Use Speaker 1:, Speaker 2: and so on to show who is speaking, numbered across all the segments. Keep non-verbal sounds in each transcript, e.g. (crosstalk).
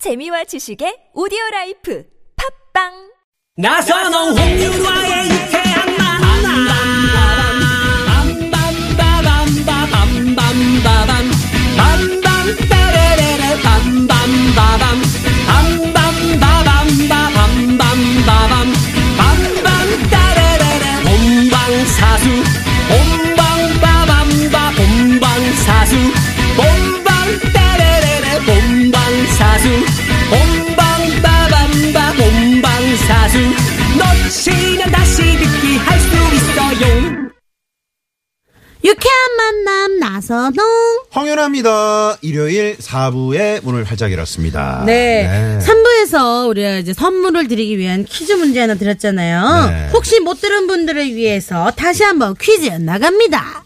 Speaker 1: 재미와 지식의 오디오 라이프 팝빵
Speaker 2: 나선홍 홍유라의 유쾌한 만남 빰빰빠밤빠밤빰빰빠밤 빰빰빠레레레 빰빰빠밤 빰빰빠밤빠밤빰빰빠밤 빰빰따레레레 본방사수 본방빠밤빠 본방사수 본방따레레레 본방사수 본방빠밤빠 본방사수 놓치면 다시 듣기 할 수 있어요
Speaker 3: 유쾌한 만남 나선홍.
Speaker 4: 황연아입니다. 일요일 4부의 문을 활짝 열었습니다.
Speaker 3: 네. 삼부에서 우리가 이제 선물을 드리기 위한 퀴즈 문제 하나 드렸잖아요.
Speaker 4: 네.
Speaker 3: 혹시 못 들은 분들을 위해서 다시 한번 퀴즈 나갑니다.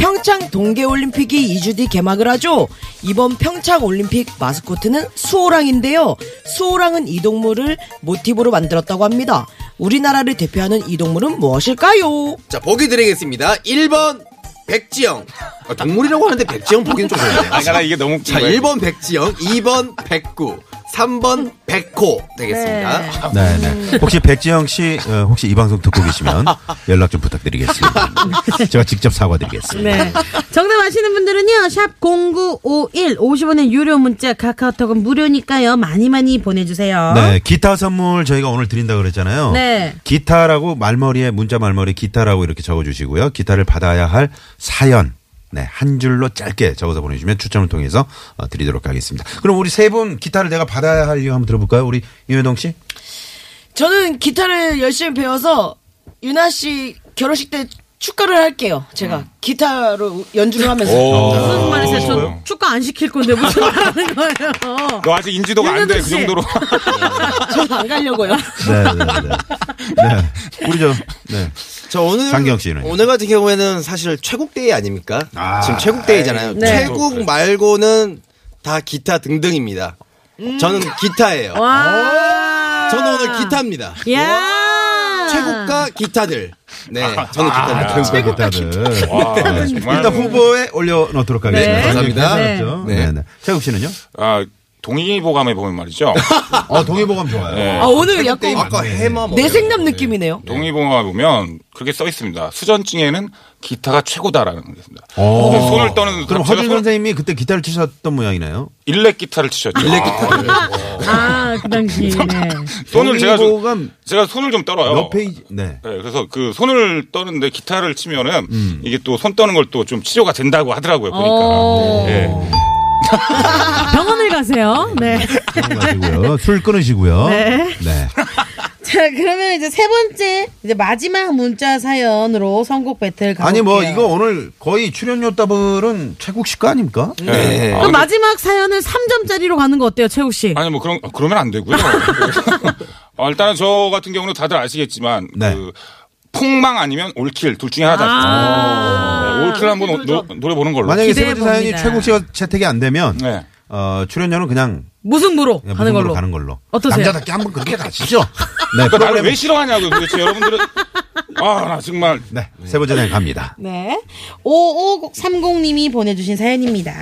Speaker 5: 평창 동계올림픽이 2주 뒤 개막을 하죠. 이번 평창올림픽 마스코트는 수호랑인데요. 수호랑은 이 동물을 모티브로 만들었다고 합니다. 우리나라를 대표하는 이 동물은 무엇일까요?
Speaker 6: 자, 보기 드리겠습니다. 1번 백지영. 어, 동물이라고 하는데 백지영 보기는 좀 그러네요.
Speaker 7: 아, 나 이게 너무 웃긴
Speaker 6: 자,
Speaker 7: 거야.
Speaker 6: 1번 백지영, 2번 백구, 3번 백호 되겠습니다.
Speaker 3: 네.
Speaker 4: 네, 네. 혹시 백지영 씨, 어, 혹시 이 방송 듣고 계시면 연락 좀 부탁드리겠습니다. 제가 직접 사과드리겠습니다.
Speaker 3: 네. (laughs) 정답 아시는 분들은요, 샵 0951, 50원의 유료 문자, 카카오톡은 무료니까요, 많이 많이 보내주세요.
Speaker 4: 네, 기타 선물 저희가 오늘 드린다 그랬잖아요.
Speaker 3: 네.
Speaker 4: 기타라고 말머리에 문자 말머리 기타라고 이렇게 적어주시고요. 기타를 받아야 할 사연. 네, 한 줄로 짧게 적어서 보내주시면 추첨을 통해서 어, 드리도록 하겠습니다. 그럼 우리 세 분 기타를 내가 받아야 할 이유 한번 들어볼까요? 우리 이효동 씨?
Speaker 5: 저는 기타를 열심히 배워서 유나 씨 결혼식 때 축가를 할게요. 제가 기타로 연주를 하면서.
Speaker 3: 음. 무슨 말이세요? 저 축가 안 시킬
Speaker 5: (laughs)
Speaker 3: 건데 무슨 말 하는 거예요?
Speaker 7: 너 아직 인지도가 안 돼
Speaker 4: (laughs)
Speaker 7: 그 정도로
Speaker 5: 저는 안 가려고요.
Speaker 4: 네, 네, 네. 네. 우리 저, 네.
Speaker 6: 자, 오늘
Speaker 4: 장경 씨는?
Speaker 6: 오늘 같은 경우에는 사실 최국 대회 아닙니까?
Speaker 4: 아,
Speaker 6: 지금 최국 대회잖아요.
Speaker 3: 네.
Speaker 6: 최국 말고는 다 기타 등등입니다. 저는 기타예요.
Speaker 3: 와.
Speaker 6: 저는 오늘 기타입니다.
Speaker 3: 아, 야
Speaker 6: 최국과 기타들. 네, 저는 기타입니다.
Speaker 4: 아, 최고 기타들.
Speaker 7: 와, 정말.
Speaker 4: 네. 일단 후보에 올려놓도록 하겠습니다.
Speaker 3: 네.
Speaker 6: 감사합니다.
Speaker 4: 그렇죠?
Speaker 6: 네.
Speaker 4: 네. 네. 최국 씨는요?
Speaker 7: 아 동의보감에
Speaker 4: (laughs)
Speaker 7: 보면 말이죠
Speaker 4: 어, 동의보감 좋아요.
Speaker 5: 아, 오늘 약간
Speaker 6: 아까 해마 뭐.
Speaker 5: 내생남 느낌이네요.
Speaker 7: 동의보감에 보면 그렇게 써 있습니다 수전증에는 기타가 최고다라는 게 있습니다
Speaker 4: 오.
Speaker 7: 그래서 손을 떠는
Speaker 4: 어. 그럼
Speaker 7: 제가
Speaker 4: 허준
Speaker 7: 손을-
Speaker 4: 선생님이 그때 기타를 치셨던 모양이네요.
Speaker 7: 일렉 기타를 치셨죠 일렉 기타
Speaker 3: 아, 그 당시. 네.
Speaker 7: 아, 손을 제가 좀,
Speaker 4: 동의보감
Speaker 7: 제가 손을 좀 떨어요
Speaker 4: 몇 페이지? 네.
Speaker 7: 네, 그래서 그 손을 떠는데 기타를 치면은
Speaker 4: 음.
Speaker 7: 이게 또 손 떠는 걸 또 좀 치료가 된다고 하더라고요
Speaker 3: 오.
Speaker 7: 보니까
Speaker 4: 어.
Speaker 7: 네.
Speaker 3: 병원을 가세요. 네.
Speaker 4: 그런 거 가지고요. 술 끊으시고요.
Speaker 3: 네.
Speaker 4: 네.
Speaker 3: 자, 그러면 이제 세 번째, 이제 마지막 문자 사연으로 선곡 배틀 가볼게요.
Speaker 4: 아니 뭐 이거 오늘 거의 출연료 더블은 최국 씨 거 아닙니까?
Speaker 7: 예.
Speaker 6: 네.
Speaker 3: 그럼 마지막 사연을 3점짜리로 가는 거 어때요, 최욱 씨?
Speaker 7: 아니 뭐 그런 그러면 안 되고요. 어, 일단은 저 같은 경우는 다들 아시겠지만
Speaker 4: 네.
Speaker 7: 그 폭망 아니면 올킬 둘 중에 하나다. 네, 올킬 한번 노- 노려보는 걸로.
Speaker 4: 만약에 세
Speaker 3: 기대해
Speaker 4: 번째 사연이
Speaker 3: 봅니다.
Speaker 4: 최국 씨가 채택이 안 되면
Speaker 7: 네.
Speaker 4: 어, 출연료는 그냥
Speaker 3: 무승부로
Speaker 4: 그냥
Speaker 3: 가는
Speaker 4: 네, 무승부로
Speaker 3: 걸로.
Speaker 4: 가는 걸로.
Speaker 3: 어떠세요?
Speaker 4: 남자답게 한번 그렇게
Speaker 3: (laughs)
Speaker 4: 가시죠. 네.
Speaker 7: 그러니까
Speaker 6: 뭐
Speaker 7: 나를 왜 싫어하냐고 도대체 여러분들은 아 나 정말
Speaker 4: 네. 세 번째 사연 갑니다.
Speaker 3: 네. 5530님이 보내주신 사연입니다.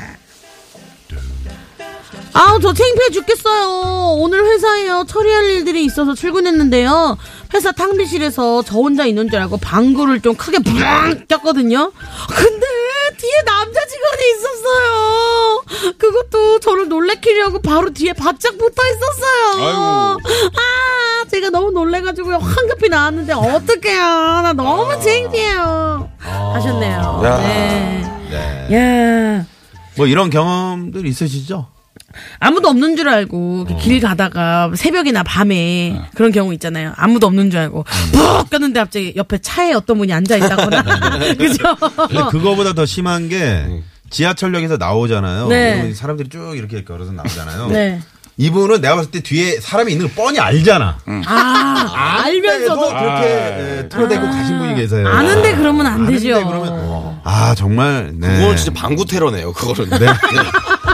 Speaker 3: 아우, 저 창피해 죽겠어요. 오늘 회사에요. 처리할 일들이 있어서 출근했는데요. 회사 탕비실에서 저 혼자 있는 줄 알고 방구를 좀 크게 부릉 꼈거든요. 근데 뒤에 남자 직원이 있었어요. 그것도 저를 놀래키려고 바로 뒤에 바짝 붙어 있었어요.
Speaker 7: 아이고.
Speaker 3: 아, 제가 너무 놀래가지고 황급히 나왔는데 어떡해요. 나 너무 창피해요. 하셨네요.
Speaker 7: 야.
Speaker 3: 네.
Speaker 4: 네.
Speaker 3: 야.
Speaker 4: 뭐 이런 경험들 있으시죠?
Speaker 3: 아무도 없는 줄 알고 이렇게 길 가다가 새벽이나 밤에 그런 경우 있잖아요. 아무도 없는 줄 알고 푹 꼈는데 갑자기 옆에 차에 어떤 분이 앉아 있다거나 (laughs) 그죠?
Speaker 4: 근데 그거보다 더 심한 게 지하철역에서 나오잖아요.
Speaker 3: 네.
Speaker 4: 그리고 사람들이 쭉 이렇게 걸어서 나오잖아요.
Speaker 3: 네.
Speaker 4: 이분은 내가 봤을 때 뒤에 사람이 있는 걸 뻔히 알잖아.
Speaker 3: 아
Speaker 4: 그래도
Speaker 3: 음. 알면서도 아.
Speaker 4: 그렇게 에, 털어대고 가신 분이 계세요.
Speaker 3: 아는데 그러면 안
Speaker 4: 아는데
Speaker 3: 되죠. 어.
Speaker 4: 그러면 아 정말 네.
Speaker 6: (laughs) 그건 진짜 방구 테러네요. 그거는. 네.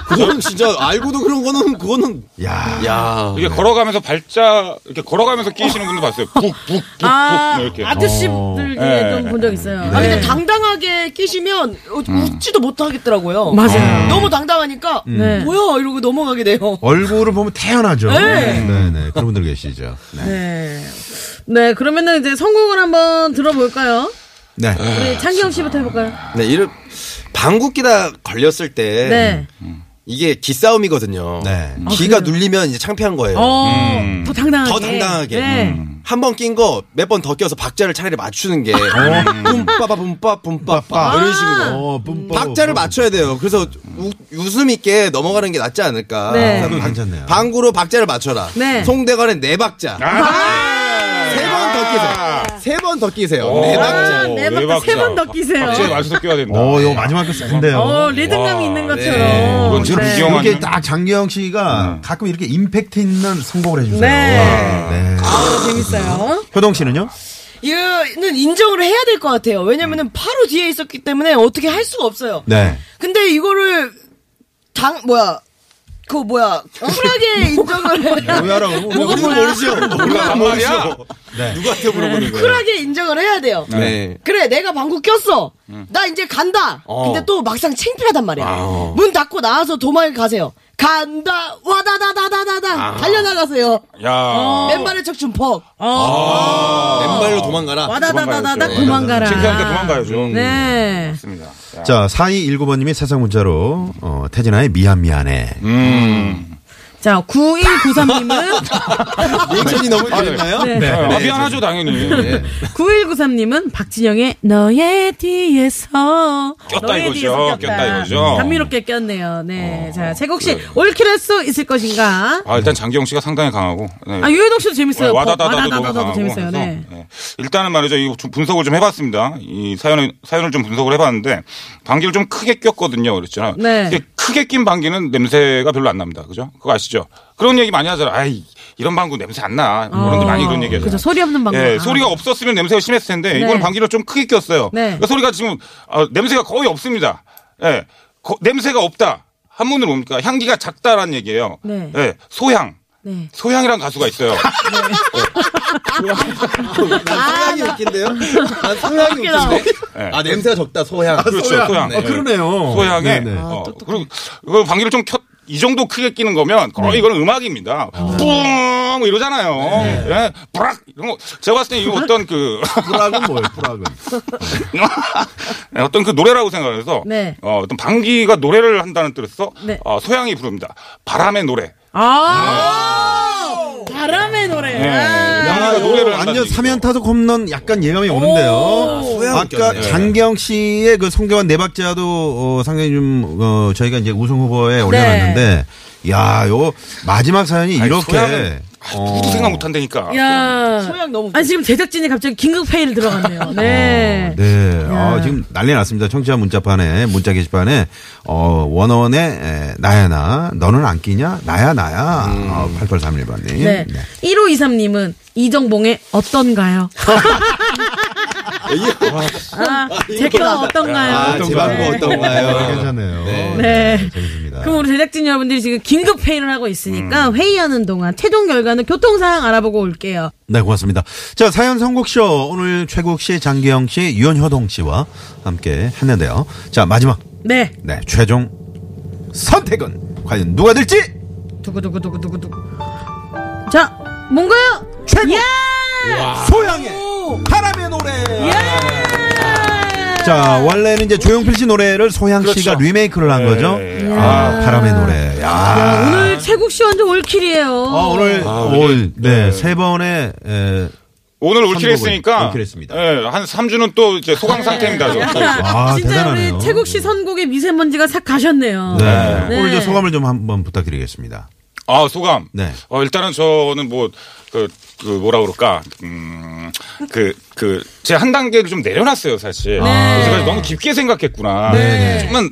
Speaker 6: 그거는 진짜 알고도 그런 거는 그거는
Speaker 4: 야.
Speaker 6: 야
Speaker 7: 이게 걸어가면서 발자 이렇게 걸어가면서 끼시는 분도 봤어요. 북북북북
Speaker 3: 아,
Speaker 7: 뭐 이렇게. 어.
Speaker 3: 아저씨들
Speaker 7: 네.
Speaker 3: 좀본 적 있어요.
Speaker 5: 아, 근데
Speaker 3: 네.
Speaker 5: 당당하게 끼시면 어, 웃지도 못하겠더라고요. 음.
Speaker 3: 맞아요.
Speaker 5: 너무 당당하니까
Speaker 3: 네.
Speaker 5: 뭐야 이러고 넘어가게 돼요.
Speaker 4: 얼굴을 보면 태연하죠.
Speaker 5: 네.
Speaker 4: 네, 네. 그런 분들 계시죠. 네.
Speaker 3: 네. 네, 그러면은 이제 선곡을 한번 들어볼까요?
Speaker 4: 네.
Speaker 5: 아,
Speaker 3: 우리 창경 씨부터 해볼까요?
Speaker 6: 네 이런 방귀끼다 걸렸을 때
Speaker 3: 네. 아,
Speaker 6: 이게 기싸움이거든요.
Speaker 4: 네.
Speaker 6: 기가 눌리면 이제 창피한 거예요.
Speaker 3: 어, 더 당당하게.
Speaker 6: 더 당당하게. 음.
Speaker 3: 네.
Speaker 4: 음.
Speaker 6: 한 번 낀 거 몇 번 더 껴서 박자를 차라리
Speaker 4: 어?
Speaker 6: 맞추는 게 뿜빠빠 뿜빠 뿜빠빠 이런 식으로
Speaker 4: 어, 뿜빠.
Speaker 6: 박자를 맞춰야 돼요. 그래서 우- 웃음 있게 넘어가는 게 낫지 않을까.
Speaker 3: 네.
Speaker 4: 음.
Speaker 6: 그래서 방-
Speaker 4: 괜찮네요.
Speaker 6: 방구로 박자를 맞춰라.
Speaker 3: 네.
Speaker 6: 송대관의 네 박자.
Speaker 4: 아.
Speaker 6: 세 번 더 끼세요. 세 번 더 끼세요.
Speaker 7: 어,
Speaker 6: 네
Speaker 3: 아,
Speaker 6: 박자.
Speaker 3: 네 박자 세번더 끼세요.
Speaker 7: 박자에 맞춰서 아, 끼워야 된다.
Speaker 4: 어, 이거 마지막 게 센데요.
Speaker 3: 어, 리듬감
Speaker 7: 와,
Speaker 3: 이 있는 것처럼.
Speaker 6: 네.
Speaker 7: 이건 지금
Speaker 3: 네.
Speaker 7: 비경한-
Speaker 4: 어, 이렇게 딱 장기영 씨가 가끔 이렇게 임팩트 있는 선곡을 해주세요.
Speaker 3: 네.
Speaker 4: 네.
Speaker 3: 아, 재밌어요.
Speaker 4: 효동 씨는요?
Speaker 5: 얘는 인정을 해야 될 것 같아요. 왜냐면은 바로 뒤에 있었기 때문에 어떻게 할 수가 없어요.
Speaker 4: 네.
Speaker 5: 근데 이거를 당 뭐야 그 뭐야 쿨하게 인정을
Speaker 4: 네.
Speaker 5: 해야
Speaker 6: 뭐야라고.
Speaker 5: 뭐가
Speaker 6: 우리는
Speaker 5: 뭐야?
Speaker 6: 모르죠.
Speaker 7: 몰라,
Speaker 6: 우리가
Speaker 7: 말이야.
Speaker 6: 모르죠.
Speaker 7: 네.
Speaker 6: 누구한테 물어보는 거예요?
Speaker 5: 쿨하게 인정을 해야 돼요.
Speaker 7: 예.
Speaker 6: 네.
Speaker 5: 그래 내가 방구 꼈어.
Speaker 7: 음.
Speaker 5: 나 이제 간다.
Speaker 6: 어.
Speaker 5: 근데 또 막상 창피하단 말이야.
Speaker 6: 아.
Speaker 5: 문 닫고 나와서 도망을 가세요. 간다 와다다다다다다 달려나가세요.
Speaker 7: 아.
Speaker 5: 어.
Speaker 3: 어.
Speaker 7: 야. 어. 아,
Speaker 5: 맨발에 척춤 퍽.
Speaker 6: 어. 맨발로 도망가라.
Speaker 3: 와다다다다다
Speaker 7: 도망가야죠.
Speaker 3: 도망가라.
Speaker 7: 창피하니까 도망가야죠. 음.
Speaker 3: 네.
Speaker 7: 맞습니다. 야.
Speaker 4: 자, 4219번님이 세상 문자로, 어, 태진아의 미안, 미안해.
Speaker 7: 음.
Speaker 3: 자, 9193님은, (laughs)
Speaker 6: 인천이 너무 길나요?
Speaker 3: 네.
Speaker 7: 아, 미안하죠 당연히.
Speaker 3: 9193님은 박진영의 너의 뒤에서.
Speaker 7: 꼈다
Speaker 3: 너의
Speaker 7: 이거죠.
Speaker 3: 뒤에서 꼈다.
Speaker 7: 꼈다 이거죠. 어.
Speaker 3: 감미롭게 꼈네요. 네. 자, 재국 씨, 올킬 할수 있을 것인가?
Speaker 7: 아 일단 장기영 씨가 상당히 강하고. 네.
Speaker 3: 아, 유해동 씨도 재밌어요.
Speaker 7: 와다다다도 너무
Speaker 3: 와다다다다도
Speaker 7: 강하고
Speaker 3: 재밌어요.
Speaker 7: 해서,
Speaker 3: 네.
Speaker 7: 예. 일단은 말이죠. 이거 좀 분석을 좀 해봤습니다. 이 사연을 사연을 좀 분석을 해봤는데 방귀를 좀 크게 꼈거든요. 그랬잖아요.
Speaker 3: 네.
Speaker 7: 근데 크게 낀 방귀는 냄새가 별로 안 납니다. 그죠? 그거 아시죠? 그런 얘기 많이 하잖아요. 아이 이런 방구 냄새 안 나. 그런 데 많이 그런 얘기 하잖아요.
Speaker 3: 어, 그죠. 소리 없는 방구.
Speaker 7: 예,
Speaker 3: 아.
Speaker 7: 소리가 없었으면 냄새가 심했을 텐데 이거는 방귀를 좀 크게 꼈어요.
Speaker 3: 네.
Speaker 7: 그러니까 소리가 지금 어, 냄새가 거의 없습니다. 예, 거- 냄새가 없다. 한문으로 뭡니까? 향기가 작다라는 얘기예요.
Speaker 3: 네.
Speaker 7: 예, 소향.
Speaker 3: 네.
Speaker 7: 소향이란 가수가
Speaker 3: (laughs)
Speaker 7: 있어요.
Speaker 6: 난
Speaker 3: 아, (laughs)
Speaker 6: 소향이 웃긴데요? 난 소향이 웃긴데?
Speaker 7: 네.
Speaker 6: 아, 냄새가 적다, 소향.
Speaker 7: 그렇죠, 소향. 소향.
Speaker 6: 네.
Speaker 4: 아, 그러네요.
Speaker 7: 소향에
Speaker 4: 네, 네.
Speaker 7: 어, 그리고 이걸 방귀를 좀 켰. 이 정도 크게 끼는 거면
Speaker 4: 네.
Speaker 7: 거의 이건 음악입니다.
Speaker 4: 아.
Speaker 7: 뿡뭐 이러잖아요.
Speaker 4: 네.
Speaker 7: 예, 브락 이런 거 제가 봤을 때 이거 어떤 그 (laughs)
Speaker 4: 프락은 뭐예요, 프락은?
Speaker 7: 네, 어떤 그 노래라고 생각해서
Speaker 3: 네.
Speaker 7: 어, 어떤 방귀가 노래를 한다는 뜻에서
Speaker 3: 네.
Speaker 7: 어, 소양이 부릅니다. 바람의 노래.
Speaker 3: 아! 바람의 노래.
Speaker 7: 네.
Speaker 4: 아. 야,
Speaker 7: 방귀가
Speaker 4: 요
Speaker 7: 노래를
Speaker 4: 완전
Speaker 7: 한다는 얘기죠.
Speaker 4: 3연타석 홈런 약간 예감이 오는데요.
Speaker 6: 소양
Speaker 4: 아까
Speaker 6: 웃겼네.
Speaker 4: 장경 씨의 그 송대환 내박자도 어, 상당히 좀 어, 저희가 이제 우승 후보에 올려놨는데,
Speaker 3: 네.
Speaker 4: 야, 요 마지막 사연이
Speaker 7: 아니,
Speaker 4: 이렇게 어.
Speaker 7: 소양은 누구도 생각 못 한다니까.
Speaker 3: 아, 야.
Speaker 5: 소양 너무
Speaker 3: 아니 지금 제작진이 갑자기 긴급 회의를 (laughs) 들어갔네요. 네.
Speaker 4: 네. 아, 지금 난리 났습니다. 청취자 문자판에, 문자 게시판에, 어, 원원의 에, 나야, 나. 너는 안 끼냐? 나야, 나야.
Speaker 7: 음.
Speaker 4: 어, 8831번님.
Speaker 3: 네. 1523님은 이정봉의 어떤가요? (laughs) 아, 제가 어떤가요?
Speaker 6: 아, 제
Speaker 7: 뭐
Speaker 6: 방구
Speaker 3: 네.
Speaker 4: 아,
Speaker 6: 어떤가요?
Speaker 4: 괜찮네요.
Speaker 3: 네.
Speaker 4: 재밌습니다.
Speaker 3: 그럼 우리 제작진 여러분들이 지금 긴급 회의를 하고 있으니까 회의하는 동안 최종 결과는 교통 상황 알아보고 올게요.
Speaker 4: 네, 고맙습니다. 자, 사연 선곡쇼. 오늘 최국 씨, 장기영 씨, 유현효동 씨와 함께 했는데요. 자, 마지막.
Speaker 3: 네.
Speaker 4: 네, 최종 선택은 과연 누가 될지?
Speaker 3: 두구두구두구두구두구. 자, 뭔가요? 최고.
Speaker 4: 소양의 바람의 노래. 자 원래는 이제 조용필 씨 노래를 소양 씨가 리메이크를 한 거죠. 그렇죠. 네. 아 바람의 노래. 야.
Speaker 3: 오늘 최국 씨 완전 올킬이에요.
Speaker 4: 아,
Speaker 3: (laughs)
Speaker 4: 오늘 올, 네, 세 번의 에,
Speaker 7: 오늘 올킬
Speaker 4: 선곡을
Speaker 7: 했으니까
Speaker 4: 올킬했습니다.
Speaker 7: 예, 한 3주는 또 이제
Speaker 4: (laughs)
Speaker 7: 소강 상태입니다. 저.
Speaker 4: 아,
Speaker 3: 진짜
Speaker 4: 대단하네요.
Speaker 3: 우리 최국 씨 선곡에 미세먼지가 싹 가셨네요.
Speaker 4: 네.
Speaker 3: 네.
Speaker 4: 오늘 이제 소감을 좀 한번 부탁드리겠습니다.
Speaker 7: 아, 소감.
Speaker 4: 네.
Speaker 7: 어, 일단은 저는 뭐, 그, 그 뭐라 그럴까. 음, 그,
Speaker 5: 네.
Speaker 7: 그, 제 한 단계를 좀 내려놨어요, 사실. 그래서 제가 너무 깊게 생각했구나. 정말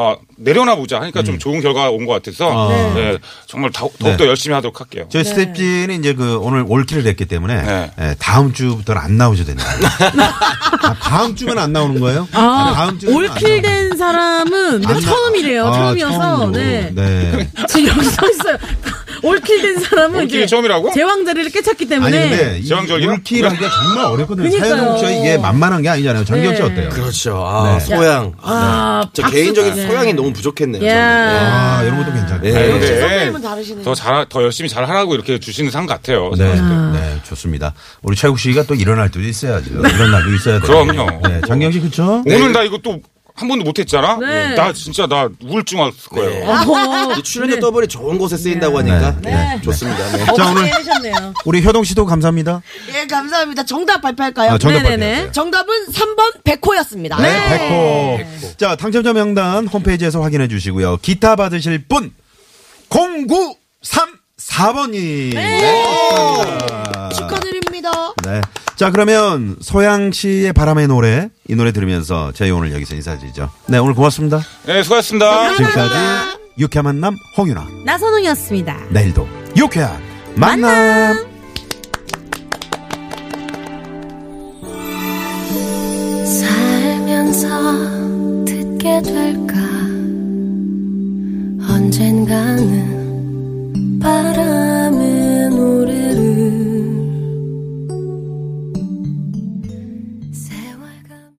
Speaker 7: 아, 내려놔 보자 하니까 좀 좋은 결과가 온 것 같아서
Speaker 4: 음. 아.
Speaker 7: 네, 정말 더, 더욱더
Speaker 4: 네.
Speaker 7: 열심히 하도록 할게요.
Speaker 4: 저희 스텝진이 이제 그 오늘 올킬을 냈기 때문에
Speaker 7: 네.
Speaker 4: 예, 다음 주부터는 안 나오셔도 됩니다.
Speaker 7: (laughs)
Speaker 4: 아, 다음 주면 안 나오는 거예요?
Speaker 3: 아,
Speaker 4: 다음 주면 안 나오는 거예요?
Speaker 3: 올킬된 사람은 네,
Speaker 4: 안 나-
Speaker 3: 처음이래요.
Speaker 4: 아,
Speaker 3: 처음이어서.
Speaker 4: 처음으로.
Speaker 3: 네.
Speaker 4: 네.
Speaker 3: 지금 여기 서 있어요. (laughs) 올킬된 사람은
Speaker 7: 올킬이
Speaker 3: 이제
Speaker 7: 처음이라고?
Speaker 3: 제왕자리를 깨쳤기
Speaker 4: 아니
Speaker 3: 때문에
Speaker 4: 근데 이
Speaker 7: 제왕절개요?
Speaker 4: 올킬하기가 정말 어렵거든요.
Speaker 3: 네. 그러니까요.
Speaker 4: 사연홍 씨가 이게 만만한 게 아니잖아요. 정경 씨
Speaker 3: 네.
Speaker 4: 어때요?
Speaker 6: 그렇죠. 아, 소양.
Speaker 3: 아,
Speaker 6: 저
Speaker 3: 박수.
Speaker 6: 개인적인
Speaker 3: 네.
Speaker 6: 소양이 너무 부족했네요. 저는.
Speaker 3: 야.
Speaker 4: 아, 이런 것도 괜찮네.
Speaker 6: 네.
Speaker 7: 네.
Speaker 5: 선배님은 다르시네요.
Speaker 7: 더 잘, 더 열심히 잘 하라고 이렇게 주시는 상 같아요.
Speaker 4: 네, 네, 좋습니다. 우리 최국 씨가 또 일어날 때도 있어야죠. 일어날 때도 있어야 돼요.
Speaker 7: 그럼요.
Speaker 4: 네, 장경 씨 그렇죠?
Speaker 7: 오늘 나 이거 또 한 번도 못했잖아.
Speaker 3: 네.
Speaker 7: 나 진짜 나 우울증 왔을 거예요.
Speaker 6: 이 출연료
Speaker 3: 네.
Speaker 6: 더블이 좋은 곳에 쓰인다고 하니까
Speaker 4: 네.
Speaker 6: 네.
Speaker 4: 네.
Speaker 6: 좋습니다. 네.
Speaker 4: 자, 오늘
Speaker 5: 하셨네요.
Speaker 4: 우리 효동 씨도 감사합니다.
Speaker 5: 예, 감사합니다. 정답 발표할까요?
Speaker 4: 아, 정답
Speaker 3: 네네네.
Speaker 4: 발표하세요.
Speaker 5: 정답은 3번 백호였습니다.
Speaker 4: 네, 백호. 자, 당첨자 명단 홈페이지에서 확인해 주시고요. 기타 받으실 분 0934번이.
Speaker 5: 축하드립니다.
Speaker 4: 네. 자, 그러면 소양 씨의 바람의 노래 이 노래 들으면서 저희 오늘 여기서 인사드리죠. 네, 오늘 고맙습니다.
Speaker 7: 네, 수고하셨습니다.
Speaker 4: 지금까지 유쾌한 만남 홍윤아.
Speaker 3: 나선홍이었습니다.
Speaker 4: 내일도 유쾌한 만남.
Speaker 8: 살면서 듣게 될까 언젠가는 밤